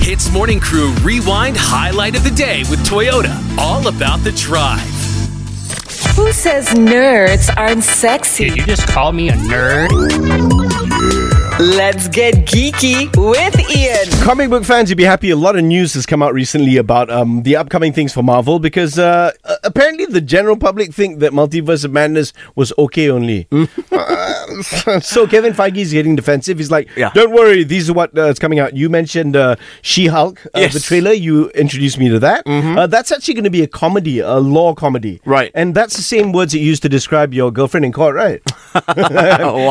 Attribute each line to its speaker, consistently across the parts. Speaker 1: Hits Morning Crew Rewind Highlight of the Day with Toyota. All about the drive.
Speaker 2: Who says nerds aren't sexy?
Speaker 3: Did you just call me a nerd?
Speaker 2: Let's get geeky with Ian.
Speaker 4: Comic book fans, you'd be happy. A lot of news has come out recently about um, the upcoming things for Marvel because uh, a- apparently the general public think that Multiverse of Madness was okay only.
Speaker 5: Hmm.
Speaker 4: Uh, so Kevin Feige is getting defensive. He's like,
Speaker 5: Yeah.
Speaker 4: "Don't worry, these are what uh, is coming out." You mentioned uh, She-Hulk, uh,
Speaker 5: Yes. Mm-hmm.
Speaker 4: the trailer. You introduced me to that. Uh, that's actually going to be a comedy, a law comedy,
Speaker 5: Right.
Speaker 4: And that's the same words you used to describe your girlfriend in court, right?
Speaker 5: wow.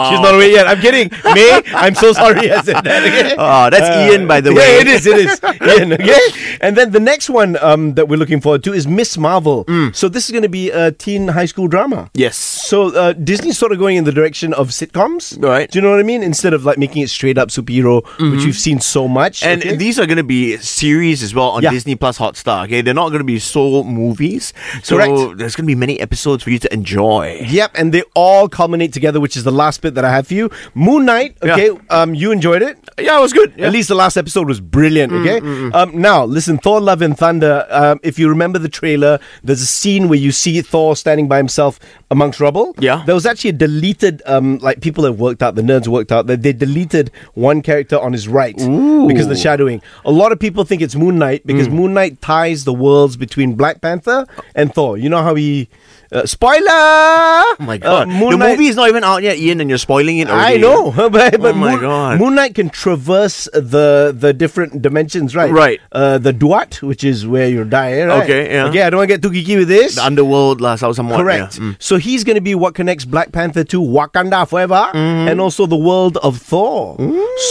Speaker 4: She's not away yet. I'm kidding. May, I'm so sorry I said that. Okay?
Speaker 5: Oh, that's Ian, by the way.
Speaker 4: Uh, Yeah, it is. It is. Ian, okay? And then the next one um, that we're looking forward to is Miss Marvel. So this is going to be a teen high school drama.
Speaker 5: Yes.
Speaker 4: So uh, Disney's sort of going in the direction of sitcoms.
Speaker 5: Right.
Speaker 4: Do you know what I mean? Instead of like making it straight up superhero, which we've seen so much.
Speaker 5: And
Speaker 4: okay?
Speaker 5: these are going to be series as well on
Speaker 4: Yeah.
Speaker 5: Disney Plus Hotstar. Okay, they're not going to be sole movies. So
Speaker 4: Correct.
Speaker 5: there's going to be many episodes for you to enjoy.
Speaker 4: Yep, and they all culminate together, which is the last bit that I have for you. Moon Knight,
Speaker 5: Yeah.
Speaker 4: okay, um, you enjoyed it.
Speaker 5: Yeah, Mm, it was good.
Speaker 4: At least the last episode was brilliant, okay? Um, now, listen, Thor Love and Thunder, um, if you remember the trailer, there's a scene where you see Thor standing by himself amongst rubble.
Speaker 5: Yeah.
Speaker 4: There was actually a deleted, um, like people have worked out, the nerds worked out, that they deleted one character on his right because of the shadowing. A lot of people think it's Moon Knight
Speaker 5: Mm.
Speaker 4: because Moon Knight ties the worlds between Black Panther and Thor. You know how he. Uh, spoiler! Oh
Speaker 5: Oh my god, the movie is not even out yet, Ian, and you're spoiling it. Already.
Speaker 4: I know, but, but
Speaker 5: my
Speaker 4: Moon,
Speaker 5: God.
Speaker 4: Moon Knight can traverse the the different dimensions, right?
Speaker 5: Right.
Speaker 4: Uh, the Duat, which is where you die. Right?
Speaker 5: Okay, yeah.
Speaker 4: Okay, I don't want to get too geeky with this.
Speaker 5: The underworld last hour somewhat.
Speaker 4: Correct.
Speaker 5: Yeah. Mm.
Speaker 4: So he's going to be what connects Black Panther to Wakanda forever,
Speaker 5: Mm-hmm.
Speaker 4: and also the world of Thor.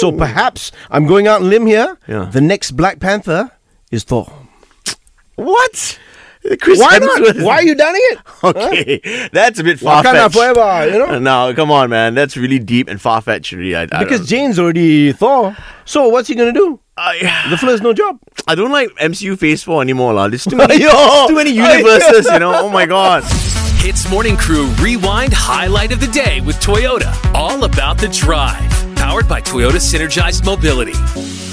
Speaker 4: So perhaps I'm going out on limb here.
Speaker 5: Yeah.
Speaker 4: The next Black Panther is Thor.
Speaker 5: What? Chris
Speaker 4: Why not?
Speaker 5: Hemsworth.
Speaker 4: Why are you downing it?
Speaker 5: Okay, that's a bit far
Speaker 4: Wakanda
Speaker 5: fetched.
Speaker 4: forever, you know.
Speaker 5: No, come on, man. That's really deep and far fetched. Really, I, I don't-
Speaker 4: Because Jane's already Thor. So what's he going to do?
Speaker 5: I,
Speaker 4: The flair's no job.
Speaker 5: I don't like MCU Phase Four anymore, lah. There's too many, there's too many universes, you know. Oh my god.
Speaker 1: Hits Morning Crew Rewind Highlight of the Day with Toyota. All about the drive. Powered by Toyota Synergized Mobility.